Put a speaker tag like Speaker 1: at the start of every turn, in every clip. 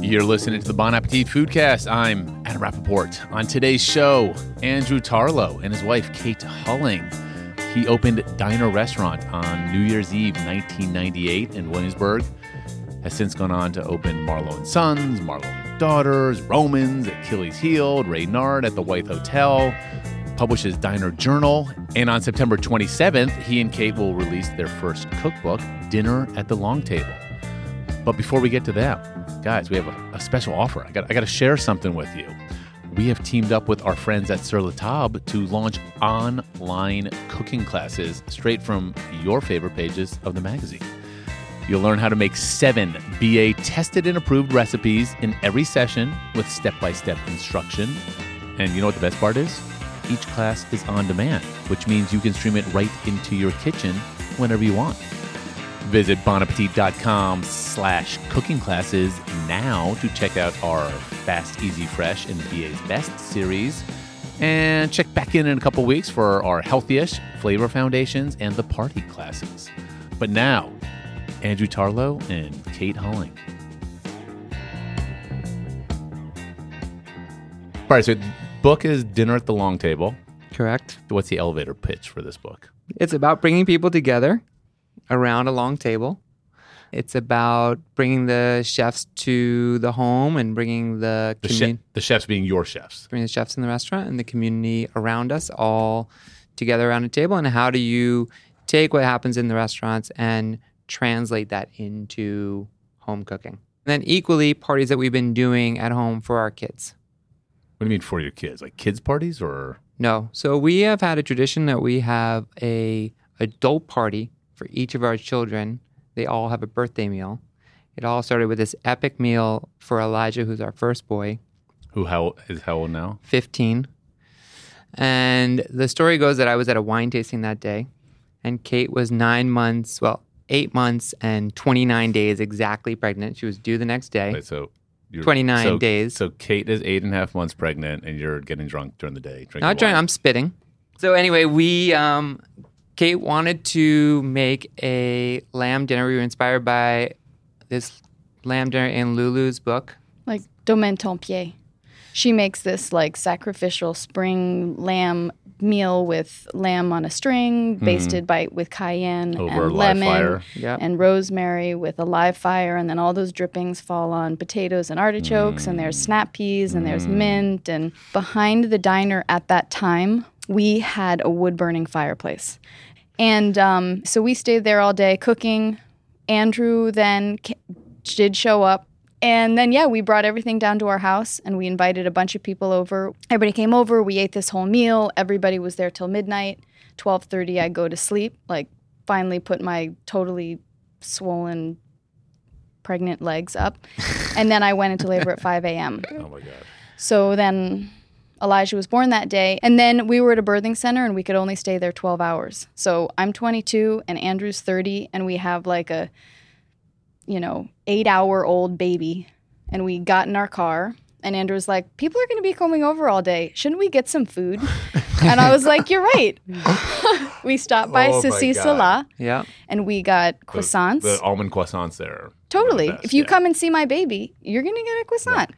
Speaker 1: You're listening to the Bon Appetit Foodcast. I'm Adam Rappaport. On today's show, Andrew Tarlow and his wife, Kate Hulling. He opened Diner Restaurant on New Year's Eve 1998 in Williamsburg. Has since gone on to open Marlowe and Sons, Marlowe and Daughters, Romans, Achilles Healed, Reynard at the White Hotel, publishes Diner Journal, and on September 27th, he and Kate will release their first cookbook, Dinner at the Long Table. But before we get to that, guys, we have a, a special offer. I got, I got to share something with you. We have teamed up with our friends at Sur La Table to launch online cooking classes straight from your favorite pages of the magazine. You'll learn how to make seven BA tested and approved recipes in every session with step by step instruction. And you know what the best part is? Each class is on demand, which means you can stream it right into your kitchen whenever you want. Visit bonappetit.com slash cooking classes now to check out our Fast, Easy, Fresh and BA's Best series. And check back in in a couple weeks for our healthiest flavor foundations and the party classes. But now, Andrew Tarlow and Kate Holling. All right, so book is Dinner at the Long Table.
Speaker 2: Correct.
Speaker 1: What's the elevator pitch for this book?
Speaker 2: It's about bringing people together around a long table. It's about bringing the chefs to the home and bringing the,
Speaker 1: The,
Speaker 2: community,
Speaker 1: chef, the chefs being your chefs.
Speaker 2: bringing the chefs in the restaurant and the community around us all together around a table. And how do you take what happens in the restaurants and translate that into home cooking? And then equally, parties that we've been doing at home for our kids.
Speaker 1: What do you mean for your kids? Like kids parties or
Speaker 2: No. So we have had a tradition that we have a adult party for each of our children. They all have a birthday meal. It all started with this epic meal for Elijah, who's our first boy,
Speaker 1: who how is how old now?
Speaker 2: 15. And the story goes that I was at a wine tasting that day, and Kate was nine months, well, eight months and 29 days exactly pregnant. She was due the next day.
Speaker 1: Wait, so you're,
Speaker 2: 29
Speaker 1: so-
Speaker 2: days.
Speaker 1: So Kate is eight and a half months pregnant, and you're getting drunk during the day. Drinking
Speaker 2: Not trying.
Speaker 1: wine.
Speaker 2: I'm spitting. So anyway, we um, Kate wanted to make a lamb dinner. We were inspired by this lamb dinner in Lulu's book.
Speaker 3: like Domaine Tempier. She makes this like sacrificial spring lamb meal with lamb on a string, basted by with cayenne
Speaker 1: Hmm. over
Speaker 3: and
Speaker 1: a live
Speaker 3: lemon
Speaker 1: fire.
Speaker 2: Yep.
Speaker 3: and rosemary with a live fire, and then all those drippings fall on potatoes and artichokes, and there's snap peas, and there's mint, and behind the diner at that time, we had a wood burning fireplace, and um, so we stayed there all day cooking. Andrew then ca- did show up. And then, yeah, we brought everything down to our house and we invited a bunch of people over. Everybody came over. We ate this whole meal. Everybody was there till midnight. 12.30, I go to sleep, like finally put my totally swollen pregnant legs up. and then I went into labor at 5 a.m.
Speaker 1: Oh my god!
Speaker 3: So then Elijah was born that day. And then we were at a birthing center and we could only stay there 12 hours. So I'm 22 and Andrew's 30, and we have like a, you know, eight hour old baby. And we got in our car. And Andrew's like, people are going to be coming over all day. Shouldn't we get some food? and I was like, you're right. we stopped by
Speaker 1: Oh my
Speaker 3: Sissi
Speaker 1: God.
Speaker 3: Salah
Speaker 2: Yeah.
Speaker 3: and we got
Speaker 1: The-
Speaker 3: croissants.
Speaker 1: The, almond croissants there.
Speaker 3: Totally.
Speaker 1: They're the
Speaker 3: if you
Speaker 1: best, yeah.
Speaker 3: come and see my baby, you're gonna get a croissant.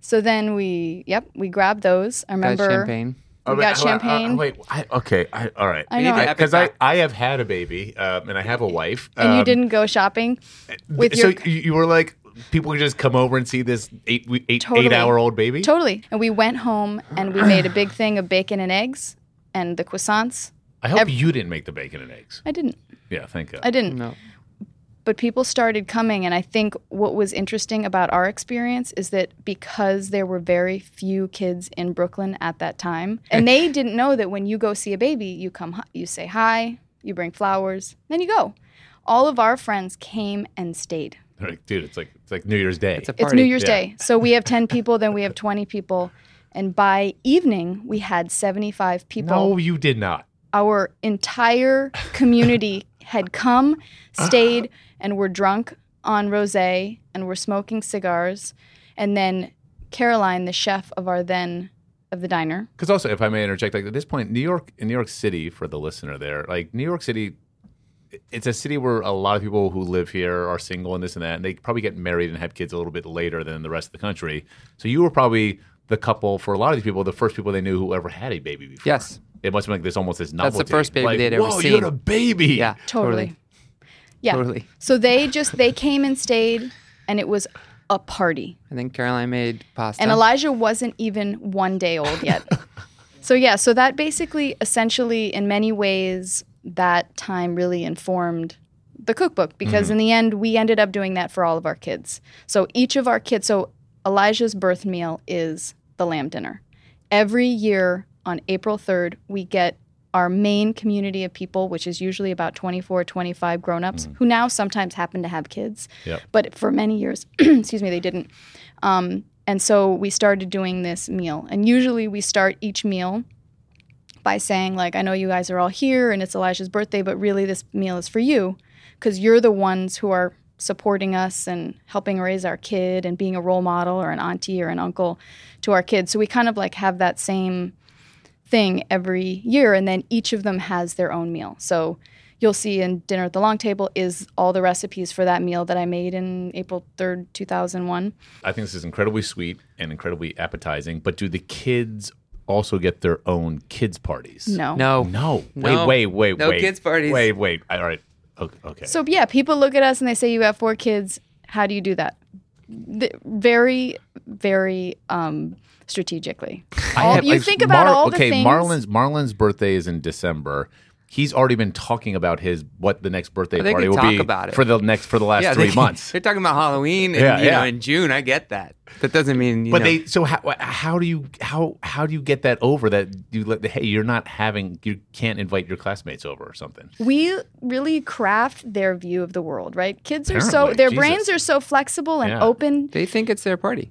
Speaker 3: So then we, yep, we grabbed those. I
Speaker 2: Got
Speaker 3: remember.
Speaker 2: champagne.
Speaker 3: we got champagne.
Speaker 1: uh, wait, I, okay, I, all right.
Speaker 3: I know.
Speaker 1: because I, I have had a baby, um, and I have a wife.
Speaker 3: And you
Speaker 1: um, eh,
Speaker 3: didn't go shopping with
Speaker 1: so
Speaker 3: your
Speaker 1: you you were like, people could just come over and see this eight we- eight
Speaker 3: Totally.
Speaker 1: eight hour old baby.
Speaker 3: totally. And we went home and we made a big thing of bacon and eggs and the croissants.
Speaker 1: I hope
Speaker 3: Ev-
Speaker 1: you didn't make the bacon and eggs.
Speaker 3: I didn't.
Speaker 1: Yeah, thank God.
Speaker 3: I didn't.
Speaker 2: No.
Speaker 3: but people started coming and i think what was interesting about our experience is that because there were very few kids in brooklyn at that time and they didn't know that when you go see a baby you come hi- you say hi you bring flowers then you go all of our friends came and stayed
Speaker 1: They're like, dude, it's like it's like New Year's Day.
Speaker 2: It's a
Speaker 3: it's
Speaker 2: party.
Speaker 3: new year's
Speaker 1: Yeah.
Speaker 3: day so we have 10 people then we have 20 people and by evening we had 75 people
Speaker 1: no, you did not.
Speaker 3: our entire community had come, stayed, and were drunk on rosé and were smoking cigars. And then Caroline, the chef of our then of the diner,
Speaker 1: Because also, if I may interject, like at this point, New York in New York City for the listener there, like New York City it's a city where a lot of people who live here are single and this and that, and they probably get married and have kids a little bit later than the rest of the country. So you were probably the couple for a lot of these people, the first people they knew who ever had a baby before.
Speaker 2: Yes.
Speaker 1: It must have been like this almost this novelty.
Speaker 2: the first baby
Speaker 1: like,
Speaker 2: they'd ever
Speaker 1: Whoa, you
Speaker 2: seen."
Speaker 1: had a baby.
Speaker 2: Yeah.
Speaker 3: Totally. Yeah.
Speaker 2: Totally.
Speaker 3: So they just they came and stayed and it was a party.
Speaker 2: I think Caroline made pasta.
Speaker 3: And Elijah wasn't even one day old yet. so yeah, so that basically essentially in many ways that time really informed the cookbook because in the end we ended up doing that for all of our kids. So each of our kids so Elijah's birth meal is the lamb dinner. Every year on April 3rd we get our main community of people which is usually about 24 25 grown-ups who now sometimes happen to have kids
Speaker 1: Yep.
Speaker 3: but for many years excuse me they didn't um, and so we started doing this meal. And usually we start each meal by saying, like, I know you guys are all here and it's Elijah's birthday, but really this meal is for you because you're the ones who are supporting us and helping raise our kid and being a role model or an auntie or an uncle to our kids. So we kind of like have that same thing every year. And then each of them has their own meal. So you'll see in Dinner at the Long Table is all the recipes for that meal that I made in April 3rd, 2001.
Speaker 1: I think this is incredibly sweet and incredibly appetizing. But do the kids also get their own kids parties?
Speaker 3: No.
Speaker 2: no.
Speaker 1: No. Wait,
Speaker 2: No.
Speaker 1: wait, wait,
Speaker 2: No
Speaker 1: wait.
Speaker 2: kids parties.
Speaker 1: Wait, wait. All right. Okay. okay.
Speaker 3: So yeah, people look at us and they say, "You have four kids. How do you do that?" Th- very, very um, strategically. All-
Speaker 1: have-
Speaker 3: you
Speaker 1: I've-
Speaker 3: think about all the
Speaker 1: okay,
Speaker 3: things-
Speaker 1: Marlon's Marlon's birthday is in December. He's already been talking about his what the next birthday
Speaker 2: They
Speaker 1: party
Speaker 2: could
Speaker 1: will
Speaker 2: talk
Speaker 1: be
Speaker 2: about it.
Speaker 1: for the next for the last
Speaker 2: Yeah,
Speaker 1: three
Speaker 2: they-
Speaker 1: months.
Speaker 2: They're talking about Halloween, and,
Speaker 1: Yeah,
Speaker 2: you know,
Speaker 1: yeah.
Speaker 2: in June. I get that. That doesn't mean. You
Speaker 1: But
Speaker 2: know,
Speaker 1: they so how how do you how how do you get that over that you let hey you're not having you can't invite your classmates over or something.
Speaker 3: We really craft their view of the world, right? Kids are so
Speaker 1: Apparently,
Speaker 3: their
Speaker 1: Jesus.
Speaker 3: brains are so flexible and
Speaker 1: Yeah.
Speaker 3: open.
Speaker 2: they think it's their party.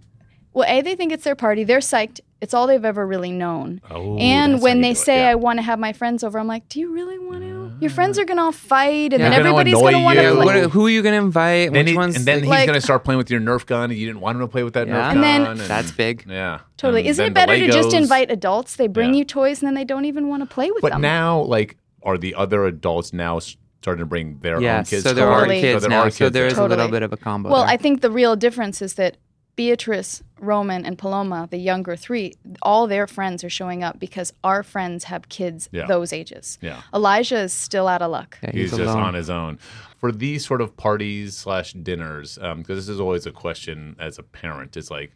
Speaker 3: Well, a they think it's their party. They're psyched. It's all they've ever really known.
Speaker 1: Oh, that's
Speaker 3: and
Speaker 1: how
Speaker 3: when
Speaker 1: you
Speaker 3: they
Speaker 1: do it.
Speaker 3: say
Speaker 1: Yeah.
Speaker 3: I want to have my friends over, I'm like, "Do you really want to? Your friends are gonna all fight, and
Speaker 1: They're
Speaker 3: then
Speaker 1: gonna
Speaker 3: everybody's
Speaker 1: annoy
Speaker 3: gonna want
Speaker 1: you.
Speaker 2: Yeah,
Speaker 3: to play."
Speaker 2: what are- who are you going to invite?
Speaker 1: then
Speaker 2: Which
Speaker 1: he-
Speaker 2: ones?
Speaker 1: and then he's
Speaker 2: like-
Speaker 3: Like-
Speaker 1: gonna start playing with your Nerf gun. and You didn't want him to play with that
Speaker 2: Yeah.
Speaker 1: Nerf
Speaker 2: And
Speaker 3: then-
Speaker 1: gun.
Speaker 2: that's big.
Speaker 1: Yeah,
Speaker 3: Totally.
Speaker 1: And
Speaker 3: Isn't
Speaker 1: then
Speaker 3: it
Speaker 1: the
Speaker 3: better to just
Speaker 1: Legos.
Speaker 3: invite adults? They bring
Speaker 1: Yeah.
Speaker 3: you toys, and then they don't even want to play with
Speaker 1: But
Speaker 3: them.
Speaker 1: now, like, are the other adults now s- starting to bring their
Speaker 2: Yeah,
Speaker 1: own kids?
Speaker 2: so there are
Speaker 1: forward?
Speaker 3: Totally.
Speaker 2: kids
Speaker 1: so there
Speaker 2: now.
Speaker 1: Are
Speaker 2: so there is
Speaker 1: kids
Speaker 2: a little
Speaker 3: Totally.
Speaker 2: bit of a combo.
Speaker 3: Well,
Speaker 2: there.
Speaker 3: I think the real difference is that Beatrice, Roman, and Paloma, the younger three, all their friends are showing up because our friends have kids
Speaker 1: Yeah.
Speaker 3: those ages.
Speaker 1: Yeah.
Speaker 3: Elijah is still out of luck.
Speaker 2: Yeah,
Speaker 1: He's,
Speaker 2: he's
Speaker 1: just
Speaker 2: alone.
Speaker 1: on his own. For these sort of parties slash dinners, because this is always a question as a parent, is like,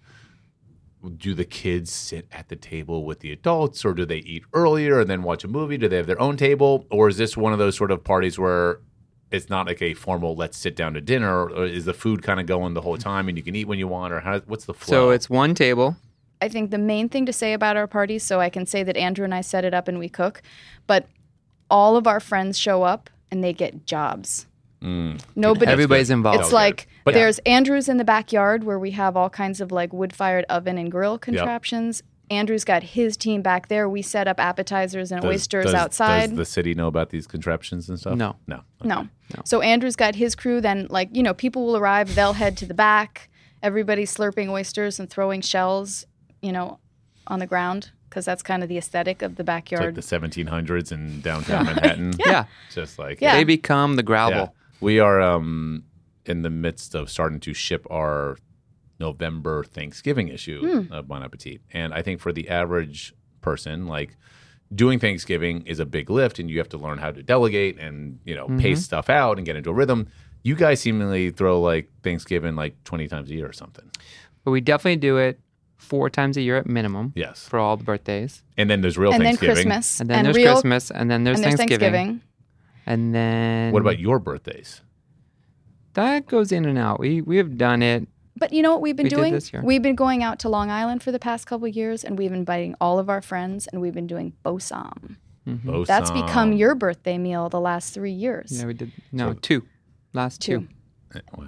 Speaker 1: do the kids sit at the table with the adults, or do they eat earlier and then watch a movie? Do they have their own table, or is this one of those sort of parties where it's not like a formal "let's sit down to dinner"? Or is the food kind of going the whole time, and you can eat when you want, or how, what's the flow?
Speaker 2: So it's one table.
Speaker 3: I think the main thing to say about our parties, so I can say that Andrew and I set it up and we cook, but all of our friends show up and they get jobs. Nobody
Speaker 2: Everybody's involved.
Speaker 3: It's
Speaker 1: Oh, Okay.
Speaker 3: like
Speaker 1: But-
Speaker 3: there's Andrew's in the backyard where we have all kinds of like wood fired oven and grill contraptions. Andrew's got his team back there. We set up appetizers and
Speaker 1: Does-
Speaker 3: oysters
Speaker 1: does-
Speaker 3: outside.
Speaker 1: Does the city know about these contraptions and stuff?
Speaker 2: No.
Speaker 1: no.
Speaker 3: no. So Andrew's got his crew. Then, like, you know, people will arrive. They'll head to the back. Everybody's slurping oysters and throwing shells, you know, on the ground because that's kind of the aesthetic of the
Speaker 1: It's
Speaker 3: backyard.
Speaker 1: like the 1700s in downtown Manhattan.
Speaker 2: Yeah.
Speaker 1: just like
Speaker 3: Yeah.
Speaker 2: They become the
Speaker 1: Yeah.
Speaker 2: gravel.
Speaker 1: We are um, in the midst of starting to ship our November Thanksgiving issue
Speaker 3: Hmm.
Speaker 1: of Bon Appetit. And I think for the average person, like doing Thanksgiving is a big lift and you have to learn how to delegate and, you know, pace stuff out and get into a rhythm. You guys seemingly throw like Thanksgiving like 20 times a year or something.
Speaker 2: But we definitely do it four times a year at minimum
Speaker 1: Yes.
Speaker 2: for all the birthdays.
Speaker 1: And then there's real
Speaker 3: and then
Speaker 1: Thanksgiving.
Speaker 3: Christmas.
Speaker 2: And then there's
Speaker 3: real,
Speaker 2: Christmas, and then there's,
Speaker 3: And there's
Speaker 2: Thanksgiving,
Speaker 3: Thanksgiving.
Speaker 2: and then
Speaker 1: What about your birthdays?
Speaker 2: that? Goes in and out. We we have done it.
Speaker 3: But you know what we've been
Speaker 2: We did
Speaker 3: doing?
Speaker 2: this year.
Speaker 3: We've been going out to Long Island for the past couple of years and we've been inviting all of our friends and we've been doing bosom.
Speaker 1: Both
Speaker 3: That's
Speaker 1: some-
Speaker 3: become your birthday meal the last three years.
Speaker 2: Yeah, we did no two, last two.
Speaker 3: Two.
Speaker 1: Eh, Wow.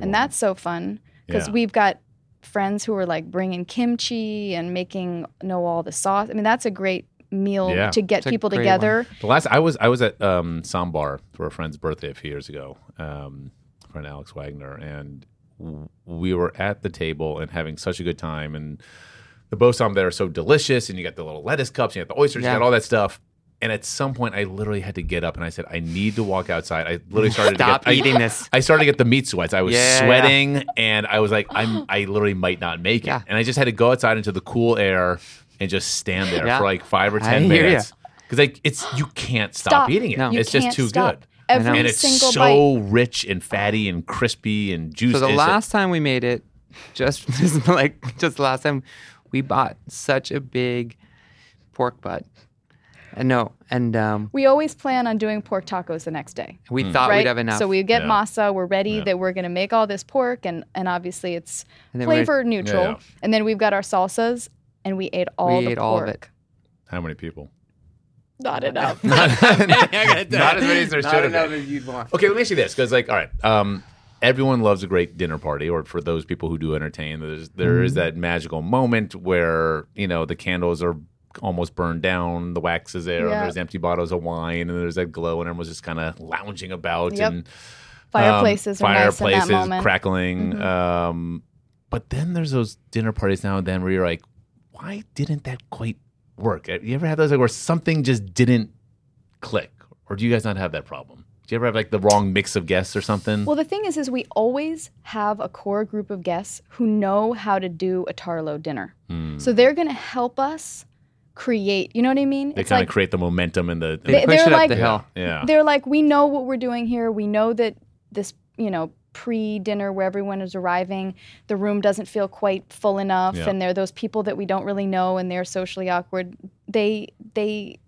Speaker 3: And that's so fun because
Speaker 1: Yeah.
Speaker 3: we've got friends who are like bringing kimchi and making know all the sauce. I mean, that's a great meal
Speaker 1: Yeah.
Speaker 3: to get
Speaker 2: a
Speaker 3: people
Speaker 2: great
Speaker 3: together.
Speaker 1: The last I was I was at um, Sambar for a friend's birthday a few years ago, um, friend Alex Wagner, and w- we were at the table and having such a good time. And the bosom there are so delicious, and you got the little lettuce cups, you got the oysters,
Speaker 2: Yeah.
Speaker 1: you got all that stuff. And at some point, I literally had to get up and I said, I need to walk outside. I literally started
Speaker 2: Stop
Speaker 1: to get, I-
Speaker 2: eating this.
Speaker 1: I started to get the meat sweats. I was
Speaker 2: Yeah.
Speaker 1: sweating, and I was like, "I'm, I literally might not make it."
Speaker 2: Yeah.
Speaker 1: And I just had to go outside into the cool air and just stand there
Speaker 2: Yeah.
Speaker 1: for like five or
Speaker 2: I
Speaker 1: ten
Speaker 2: hear ya.
Speaker 1: minutes because like it's you can't stop,
Speaker 3: Stop.
Speaker 1: eating it.
Speaker 2: No.
Speaker 3: You
Speaker 1: It's just
Speaker 3: can't
Speaker 1: too
Speaker 3: stop.
Speaker 1: good,
Speaker 2: know.
Speaker 3: Every
Speaker 1: and it's
Speaker 3: single bite.
Speaker 1: so rich and fatty and crispy and juicy.
Speaker 2: So the
Speaker 1: It's a-
Speaker 2: last time we made it, just just like just the last time, we bought such a big pork butt. And no, and um,
Speaker 3: We always plan on doing pork tacos the next day.
Speaker 2: we
Speaker 1: Hmm.
Speaker 2: thought
Speaker 3: right?
Speaker 2: Ah, we'd have enough.
Speaker 3: So we get
Speaker 1: Yeah.
Speaker 3: masa. We're ready that we're going to make all this pork, and and obviously it's
Speaker 2: And then we're-
Speaker 3: flavor neutral.
Speaker 1: Yeah, yeah.
Speaker 3: And then we've got our salsas, and we ate all
Speaker 2: We
Speaker 3: the
Speaker 2: ate
Speaker 3: pork.
Speaker 2: all of it.
Speaker 1: how many people?
Speaker 3: Not enough.
Speaker 1: not as many as there should have been.
Speaker 2: you'd want.
Speaker 1: Okay, let me ask you this because, like, all right, um, everyone loves a great dinner party, or for those people who do entertain, there's, there
Speaker 3: Mm-hmm.
Speaker 1: is that magical moment where you know the candles are almost burned down, the wax is there,
Speaker 3: Yeah.
Speaker 1: and there's empty bottles of wine, and there's that glow, and everyone's just kind of lounging about,
Speaker 3: Yep.
Speaker 1: and um,
Speaker 3: Fireplaces
Speaker 2: Um,
Speaker 3: are nice in that
Speaker 1: fireplaces
Speaker 3: moment. Mm-hmm.
Speaker 1: crackling. Um, but then there's those dinner parties now and then where you're like, why didn't that quite work? You ever have those like where something just didn't click, or do you guys not have that problem? Do you ever have like the wrong mix of guests or something?
Speaker 3: Well, the thing is, is we always have a core group of guests who know how to do a Tarlo dinner.
Speaker 1: Hmm.
Speaker 3: So they're going to help us create. You know what I mean?
Speaker 1: they
Speaker 3: it's
Speaker 1: kind of
Speaker 3: like
Speaker 1: create the momentum and the.
Speaker 2: They
Speaker 3: They-
Speaker 2: push
Speaker 3: they're
Speaker 2: it up
Speaker 3: like-
Speaker 2: the hill.
Speaker 1: yeah.
Speaker 3: they're like, we know what we're doing here. We know that this, you know, pre-dinner where everyone is arriving, the room doesn't feel quite full enough,
Speaker 1: Yeah.
Speaker 3: and there are those people that we don't really know, and they're socially awkward. They, they,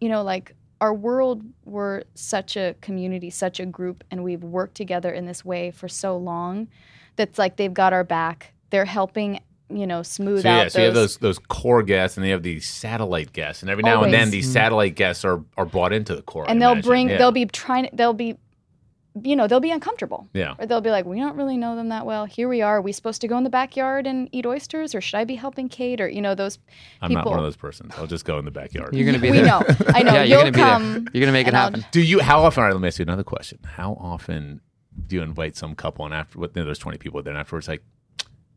Speaker 3: you know, like our world we're such a community, such a group, and we've worked together in this way for so long. That's like they've got our back. They're helping, you know, smooth
Speaker 1: So
Speaker 3: out
Speaker 1: yeah,
Speaker 3: those.
Speaker 1: so you have those those core guests, and they have these satellite guests, and every now and then
Speaker 3: Always. Mm-hmm.
Speaker 1: these satellite guests are are brought into the core. I
Speaker 3: and they'll
Speaker 1: imagine.
Speaker 3: bring,
Speaker 1: Yeah.
Speaker 3: they'll be trying, they'll be, you know, they'll be uncomfortable.
Speaker 1: yeah.
Speaker 3: Or they'll be like, we don't really know them that well. Here we are. Are we supposed to go in the backyard and eat oysters? Or should I be helping Kate? Or, you know, those
Speaker 1: I'm not
Speaker 3: people.
Speaker 1: one of those persons. I'll just go in the backyard.
Speaker 2: You're gonna be
Speaker 3: we
Speaker 2: there.
Speaker 3: know. I know.
Speaker 2: Yeah, you're
Speaker 3: You'll
Speaker 2: gonna be
Speaker 3: come.
Speaker 2: there. You're gonna make it
Speaker 3: and I'll-
Speaker 2: happen.
Speaker 1: Do you? How often? All right, let me ask you another question. How often do you invite some couple, and after what? You know, there's 20 people there, and afterwards, like,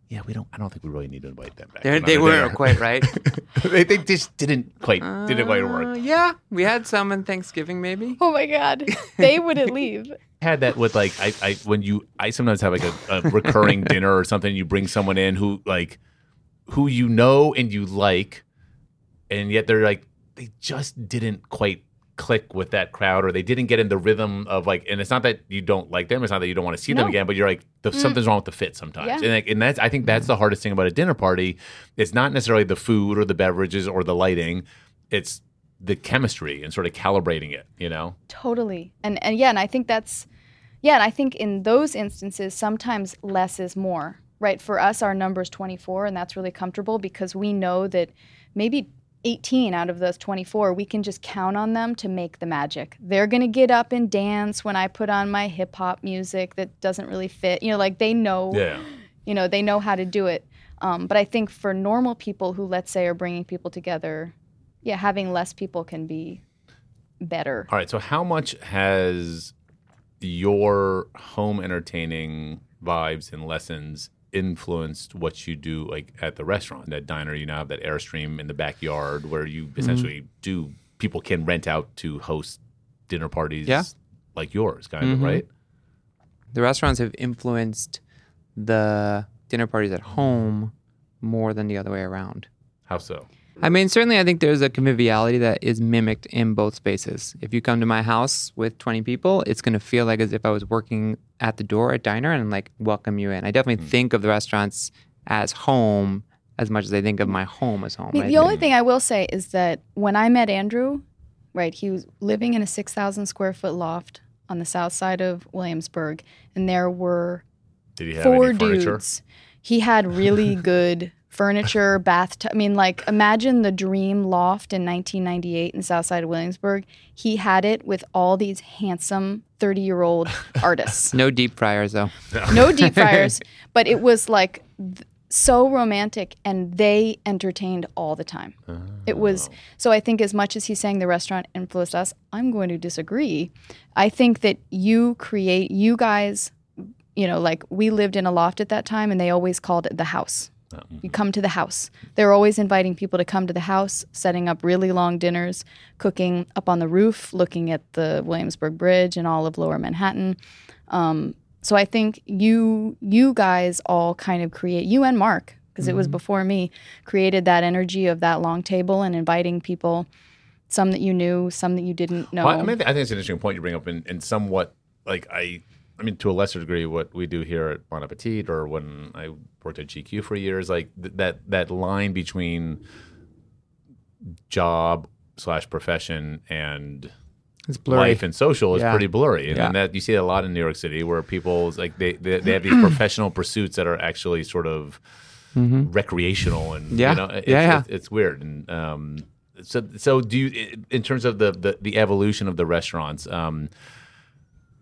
Speaker 1: yeah, we don't. I don't think we really need to invite them back.
Speaker 2: They're,
Speaker 1: Remember,
Speaker 2: they were quite right.
Speaker 1: they, they just didn't quite didn't quite
Speaker 2: Uh,
Speaker 1: work.
Speaker 2: yeah, we had some in Thanksgiving, maybe.
Speaker 3: Oh my God. They wouldn't leave.
Speaker 1: Had that with like I, I when you I sometimes have like a, a recurring dinner or something. You bring someone in who like who you know and you like, and yet they're like they just didn't quite click with that crowd or they didn't get in the rhythm of like and it's not that you don't like them it's not that you don't want to see them
Speaker 3: No. Mm.
Speaker 1: again but you're like the, something's wrong with the fit sometimes
Speaker 3: Yeah. Mm.
Speaker 1: and like and that's i think that's the hardest thing about a dinner party it's not necessarily the food or the beverages or the lighting it's the chemistry and sort of calibrating it you know
Speaker 3: Totally. And, and yeah, and I think that's, yeah, and I think in those instances, sometimes less is more, right? For us, our number is 24, and that's really comfortable because we know that maybe 18 out of those 24, we can just count on them to make the magic. They're going to get up and dance when I put on my hip hop music that doesn't really fit. You know, like they know
Speaker 1: yeah
Speaker 3: you know they know how to do it um, but i think for normal people who let's say are bringing people together yeah having less people can be better
Speaker 1: All right. So, how much has your home entertaining vibes and lessons influenced what you do, like at the restaurant, that diner? You now have that airstream in the backyard where you
Speaker 3: Mm-hmm.
Speaker 1: essentially do. People can rent out to host dinner parties,
Speaker 2: Yeah.
Speaker 1: like yours, kind of
Speaker 3: Mm-hmm.
Speaker 2: Mhm.
Speaker 1: right.
Speaker 2: The restaurants have influenced the dinner parties at home more than the other way around.
Speaker 1: How so?
Speaker 2: I mean, certainly, I think there's a conviviality that is mimicked in both spaces. If you come to my house with 20 people, it's going to feel like as if I was working at the door at diner and like welcome you in. I definitely think of the restaurants as home as much as I think of my home as home.
Speaker 3: I mean,
Speaker 2: right?
Speaker 3: the only thing i will say is that when i met andrew right he was living in a 6000 square foot loft on the south side of williamsburg and there were
Speaker 1: Did you have
Speaker 3: four
Speaker 1: any furniture?
Speaker 3: dudes. He had really good furniture, bathtub. I mean, like imagine the dream loft in 1998 in the South Side of Williamsburg. He had it with all these handsome 30-year-old artists.
Speaker 2: no deep fryers though.
Speaker 3: No deep fryers, but it was like th- so romantic, and they entertained all the time.
Speaker 1: Uh-huh.
Speaker 3: It was so. I think as much as he's saying the restaurant influenced us, I'm going to disagree. I think that you create, you guys, you know, like we lived in a loft at that time, and they always called it the house. You come to the house. They're always inviting people to come to the house, setting up really long dinners, cooking up on the roof, looking at the Williamsburg Bridge and all of Lower Manhattan. Um, so I think you you guys all kind of create you and Mark because
Speaker 1: Mm-hmm.
Speaker 3: it was before me created that energy of that long table and inviting people, some that you knew, some that you didn't know.
Speaker 1: Well, I, mean, I think it's an interesting point you bring up, and, and somewhat like I, I mean, to a lesser degree, what we do here at Bon Appetit, or when I worked at GQ for years, like th- that that line between job slash profession and
Speaker 2: It's blurry.
Speaker 1: life and social is
Speaker 2: Yeah.
Speaker 1: pretty blurry, and,
Speaker 2: Yeah.
Speaker 1: and that you see that a lot in New York City, where people like they they, they have these professional pursuits that are actually sort of
Speaker 2: Mm-hmm.
Speaker 1: recreational and
Speaker 2: Yeah.
Speaker 1: you know, it's,
Speaker 2: Yeah, yeah.
Speaker 1: It's, it's weird and um so so do you in terms of the the, the evolution of the restaurants um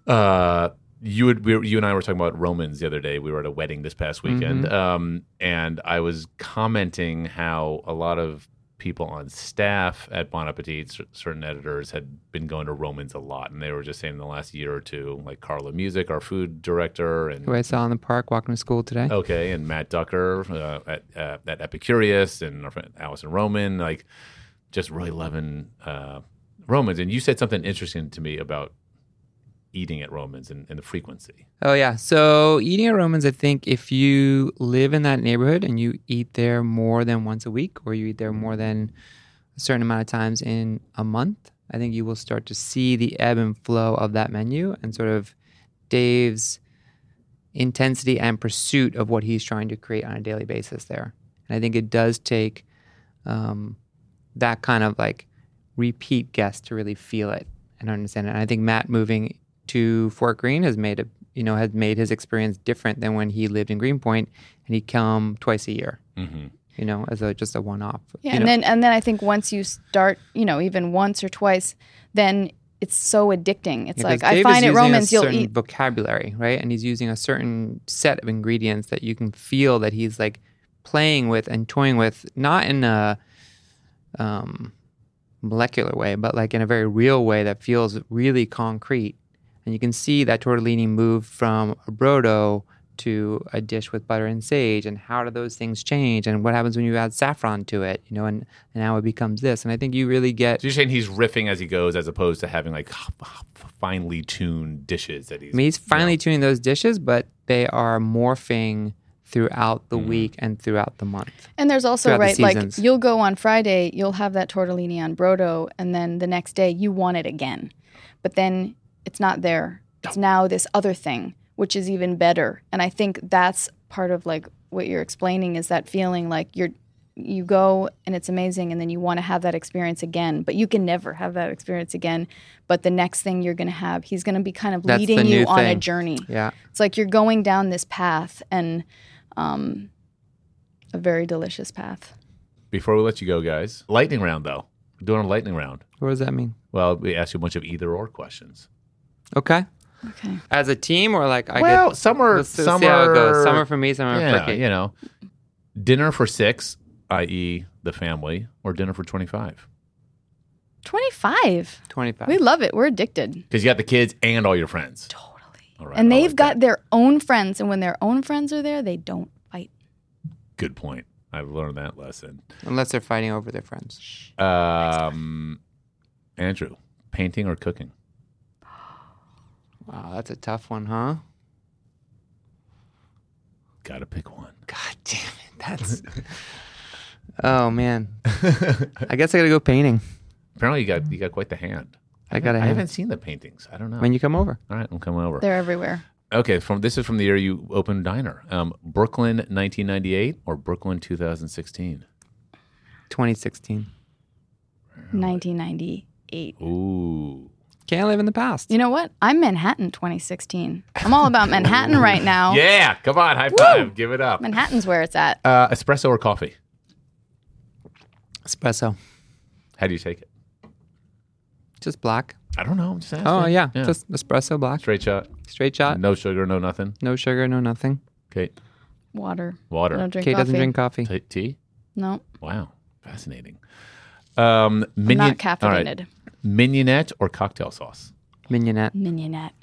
Speaker 1: uh you would we, were- you and I were talking about Romans the other day. We were at a wedding this past weekend,
Speaker 2: Mm-hmm.
Speaker 1: um, and I was commenting how a lot of people on staff at Bon Appetit, cer- certain editors, had been going to Romans a lot, and they were just saying in the last year or two, like Carla Music, our food director, and
Speaker 2: Who I saw in the park walking to school today.
Speaker 1: Okay, and Matt Ducker uh, at uh, at Epicurious, and our friend Allison Roman, like just really loving uh, Romans. And you said something interesting to me about eating at Romans and, and the frequency.
Speaker 2: Oh yeah. So eating at Romans, I think if you live in that neighborhood and you eat there more than once a week, or you eat there more than a certain amount of times in a month, I think you will start to see the ebb and flow of that menu and sort of Dave's intensity and pursuit of what he's trying to create on a daily basis there. And I think it does take um, that kind of like repeat guest to really feel it and understand it. And I think Matt moving to Fort Greene has made a you know has made his experience different than when he lived in Greenpoint and he'd come twice a year.
Speaker 1: Mhm.
Speaker 2: You know, as a just a one off.
Speaker 3: Yeah, and then and then I think once you start, you know, even once or twice, then it's so addicting. It's like I find at Romans
Speaker 2: a
Speaker 3: you'll
Speaker 2: certain
Speaker 3: eat
Speaker 2: vocabulary, right? And he's using a certain set of ingredients that you can feel that he's like playing with and toying with, not in a um, molecular way, but like in a very real way that feels really concrete. And you can see that tortellini move from a brodo to a dish with butter and sage, and how do those things change, and what happens when you add saffron to it, you know, and, and how it becomes this. And I think you really get
Speaker 1: So you're saying he's riffing as he goes, as opposed to having like finely tuned dishes that he's.
Speaker 2: I mean, he's finally tuning those dishes, but they are morphing throughout
Speaker 1: Mm-hmm.
Speaker 2: the week and throughout the month.
Speaker 3: and there's also
Speaker 2: throughout the
Speaker 3: right like
Speaker 2: seasons.
Speaker 3: you'll go on Friday, you'll have that tortellini on brodo and then the next day you want it again. But then it's not there. It's now this other thing which is even better. And I think that's part of like what you're explaining is that feeling like you're you go and it's amazing and then you want to have that experience again but you can never have that experience again but the next thing you're going to have he's going to be kind of
Speaker 2: That's the
Speaker 3: leading you
Speaker 2: new
Speaker 3: on a
Speaker 2: thing.
Speaker 3: journey
Speaker 2: Yeah.
Speaker 3: it's like you're going down this path and um, a very delicious path.
Speaker 1: Before we let you go, guys, lightning round though. We're doing a lightning round.
Speaker 2: What does that mean?
Speaker 1: Well, we ask you a bunch of either or questions.
Speaker 2: Okay.
Speaker 3: Okay.
Speaker 2: As a team or like I
Speaker 1: well,
Speaker 2: get
Speaker 1: some are
Speaker 2: let's see
Speaker 1: some
Speaker 2: how
Speaker 1: are
Speaker 2: it goes. Some are for me, some are
Speaker 1: yeah,
Speaker 2: for Kate.
Speaker 1: you know, dinner for six, i.e., the family, or dinner for twenty-five,
Speaker 3: 25.
Speaker 2: Twenty five.
Speaker 3: We love it. We're addicted.
Speaker 1: because you got the kids and all your friends.
Speaker 3: Totally.
Speaker 1: All right,
Speaker 3: And
Speaker 1: I
Speaker 3: they've
Speaker 1: like
Speaker 3: got
Speaker 1: that.
Speaker 3: their own friends. And when their own friends are there, they don't fight.
Speaker 1: good point. I've learned that lesson.
Speaker 2: Unless they're fighting over their friends.
Speaker 1: Um, Andrew, painting or cooking?
Speaker 2: Wow, that's a tough one, huh?
Speaker 1: Got to pick one.
Speaker 2: God damn it. That's Oh man. I guess I gotta go painting.
Speaker 1: Apparently, you got you got quite the hand.
Speaker 2: I got a
Speaker 1: I
Speaker 2: hand.
Speaker 1: haven't seen the paintings. I don't know.
Speaker 2: When you come over.
Speaker 1: All right, I'm coming over.
Speaker 3: They're everywhere.
Speaker 1: Okay, from this is from the year you opened diner. Um, Brooklyn 1998 or Brooklyn 2016?
Speaker 2: Twenty sixteen.
Speaker 3: 1998.
Speaker 1: Ooh.
Speaker 2: Can't live in the past.
Speaker 3: You know what? I'm Manhattan 2016. I'm all about Manhattan right
Speaker 2: Oh.
Speaker 3: now.
Speaker 1: Yeah, come on, high five, give it up.
Speaker 3: Manhattan's where it's at.
Speaker 1: Uh, espresso or coffee?
Speaker 2: Espresso.
Speaker 1: How do you take it?
Speaker 2: Just black.
Speaker 1: I don't know. I'm just asking.
Speaker 2: Oh yeah. Just Uh, espresso black.
Speaker 1: straight shot.
Speaker 2: Straight shot.
Speaker 1: No sugar, no nothing.
Speaker 2: No sugar, no nothing.
Speaker 1: Okay,
Speaker 3: Water. I
Speaker 1: water.
Speaker 3: don't drink
Speaker 2: Kate
Speaker 3: coffee.
Speaker 2: doesn't drink coffee.
Speaker 1: T- tea.
Speaker 3: No,
Speaker 1: Wow, fascinating. Um, minion-
Speaker 3: not
Speaker 1: all right.
Speaker 3: caffeinated.
Speaker 1: Mignonette or cocktail sauce?
Speaker 2: Mignonette.
Speaker 1: Hmm.
Speaker 3: Mignonette.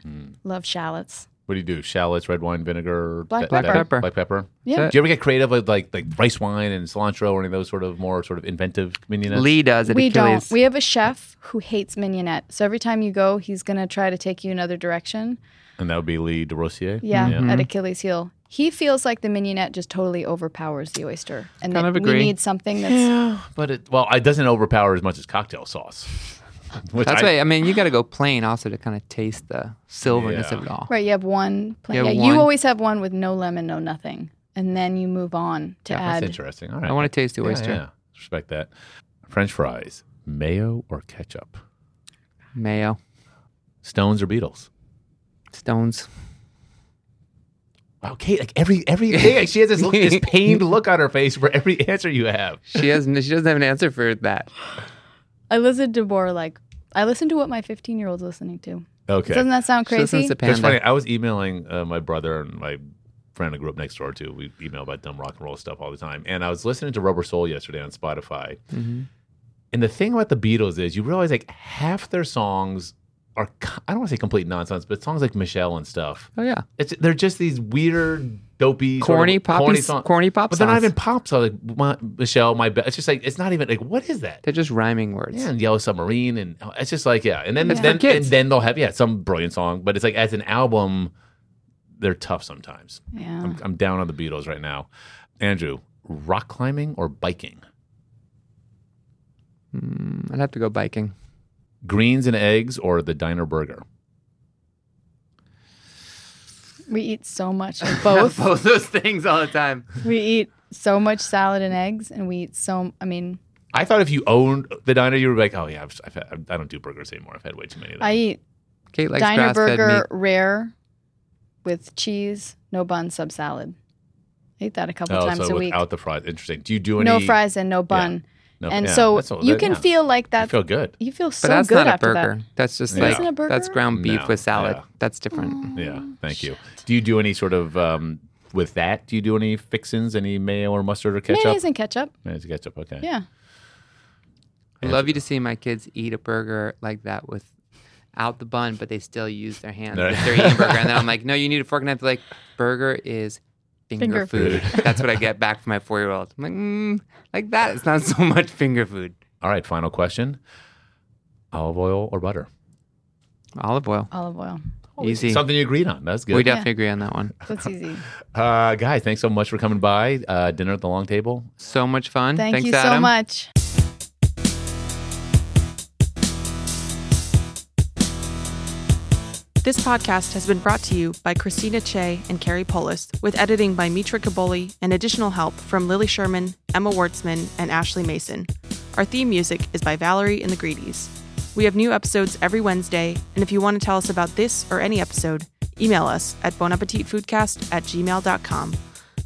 Speaker 3: Love shallots.
Speaker 1: What do you do? Shallots, red wine, vinegar, that-
Speaker 3: Black
Speaker 1: that-
Speaker 3: pepper.
Speaker 2: Pepper.
Speaker 1: Black pepper.
Speaker 3: Yeah.
Speaker 1: Do you ever get creative with like like rice wine and cilantro or any of those sort of more sort of inventive mignonette?
Speaker 2: Lee does it.
Speaker 3: we
Speaker 2: Achilles.
Speaker 3: don't. We have a chef who hates mignonette. So every time you go, he's going to try to take you another direction.
Speaker 1: And that would be Lee DeRossier.
Speaker 3: Yeah, Mm-hmm.
Speaker 1: Yeah.
Speaker 3: at Achilles' heel. He feels like the mignonette just totally overpowers the oyster. And
Speaker 2: Kind
Speaker 3: that
Speaker 2: of agree.
Speaker 3: we need something that's.
Speaker 1: Yeah, but it well, it doesn't overpower as much as cocktail sauce. Which
Speaker 2: That's
Speaker 1: I-
Speaker 2: why I mean you got to go plain also to kind of taste the silverness
Speaker 1: Yeah.
Speaker 2: of it all.
Speaker 3: Right, you have one plan.
Speaker 2: You have
Speaker 3: yeah,
Speaker 2: one.
Speaker 3: you always have one with no lemon, no nothing. And then you move on to
Speaker 1: That's
Speaker 3: add.
Speaker 1: interesting. All right.
Speaker 2: I want to taste the
Speaker 1: Yeah,
Speaker 2: oyster.
Speaker 1: yeah. Respect that. French fries, mayo or ketchup?
Speaker 2: Mayo,
Speaker 1: Stones or Beatles?
Speaker 2: stones.
Speaker 1: Wow, Kate, like every every day, like, she has this, look, this pained look on her face for every answer you have.
Speaker 2: She has. n- she doesn't have an answer for that.
Speaker 3: I listened to more like, I listen to what my 15 year old's listening to.
Speaker 1: Okay.
Speaker 3: Doesn't that sound
Speaker 2: She listens
Speaker 3: crazy?
Speaker 2: to
Speaker 1: That's funny.
Speaker 2: Panda.
Speaker 1: I was emailing uh, my brother and my friend who grew up next door to. We email about dumb rock and roll stuff all the time. And I was listening to Rubber Soul yesterday on Spotify.
Speaker 2: Mhm.
Speaker 1: And the thing about the Beatles is you realize like half their songs are co- I don't want to say complete nonsense, but songs like Michelle and stuff.
Speaker 2: Oh yeah,
Speaker 1: It's they're just these weird, dopey, sort of
Speaker 2: corny pop.
Speaker 1: corny
Speaker 2: Corny,
Speaker 1: songs.
Speaker 2: pop.
Speaker 1: But they're not
Speaker 2: songs.
Speaker 1: even pop songs. Like my, Michelle, my Be-" it's just like it's not even like what is that?
Speaker 2: They're just rhyming words.
Speaker 1: Yeah, and Yellow Submarine, and oh, it's just like yeah, and then
Speaker 3: It's
Speaker 1: then
Speaker 2: for kids.
Speaker 1: and then they'll have yeah some brilliant song, but it's like as an album, they're tough sometimes.
Speaker 3: yeah.
Speaker 1: I'm, I'm down on the Beatles right now. Andrew, rock climbing or biking?
Speaker 2: Mm, I'd have to go biking.
Speaker 1: Greens and eggs or the diner burger?
Speaker 3: We eat so much of both.
Speaker 2: Both those things all the time.
Speaker 3: we eat so much salad and eggs, and we eat so, I mean,
Speaker 1: I thought if you owned the diner, you were like, oh yeah, I've, I've had, I don't do burgers anymore. I've had way too many of them.
Speaker 3: I eat
Speaker 2: Kate likes
Speaker 3: diner
Speaker 2: grass-fed
Speaker 3: burger
Speaker 2: meat.
Speaker 3: rare with cheese, no bun, sub salad. I eat that a couple
Speaker 1: oh,
Speaker 3: times
Speaker 1: so
Speaker 3: a week.
Speaker 1: without the fries, interesting. Do you do any?
Speaker 3: No fries and no bun.
Speaker 1: No,
Speaker 3: And
Speaker 1: yeah,
Speaker 3: so
Speaker 1: that's all-
Speaker 3: you
Speaker 1: that-
Speaker 3: can
Speaker 1: yeah.
Speaker 3: feel like
Speaker 1: I
Speaker 3: that.
Speaker 1: feel good.
Speaker 3: You feel so
Speaker 2: But that's
Speaker 3: good
Speaker 2: not a
Speaker 3: after that.
Speaker 2: burger. That's just
Speaker 1: Yeah.
Speaker 2: like
Speaker 1: Isn't
Speaker 3: it a
Speaker 2: that's
Speaker 3: burger?
Speaker 2: ground beef
Speaker 1: No,
Speaker 2: with salad.
Speaker 1: yeah.
Speaker 2: That's different.
Speaker 1: Yeah, thank you. Do you do any sort of um, with that? Do you do any fixins, any mayo or mustard or ketchup?
Speaker 3: Mayonnaise and ketchup.
Speaker 1: Mayonnaise and ketchup. Okay.
Speaker 3: Yeah.
Speaker 2: I love you to see my kids eat a burger like that without the bun, but they still use their hands.
Speaker 1: Right.
Speaker 2: if They're eating a burger, and then I'm like, "No, you need a fork and knife." They're like, "Burger is finger,
Speaker 3: Finger
Speaker 2: food." That's what I get back from my four year old. I'm like, mm, "Like that? It's not so much finger food."
Speaker 1: All right. Final question: olive oil or butter?
Speaker 2: Olive oil,
Speaker 3: Olive oil.
Speaker 2: easy.
Speaker 1: Something you agreed on. That's good.
Speaker 2: We definitely agree on that one.
Speaker 3: That's easy.
Speaker 1: uh, guys, thanks so much for coming by. Uh, dinner at the long table.
Speaker 2: So much fun.
Speaker 3: Thank
Speaker 2: Thanks,
Speaker 3: you
Speaker 2: Adam.
Speaker 3: so much.
Speaker 4: This podcast has been brought to you by Christina Che and Carrie Polis, with editing by Mitra Kaboli and additional help from Lily Sherman, Emma Wartzman, and Ashley Mason. Our theme music is by Valerie and the Greedies. We have new episodes every Wednesday, and if you want to tell us about this or any episode, email us at bonappetitfoodcast at gmail.com.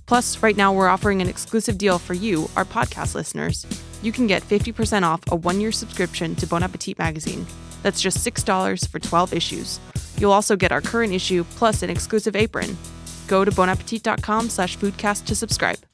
Speaker 4: Plus, right now we're offering an exclusive deal for you, our podcast listeners. You can get 50% off a one year subscription to Bon Appetit magazine. That's just $6 for 12 issues. You'll also get our current issue plus an exclusive apron. Go to bonappetit.com slash foodcast to subscribe.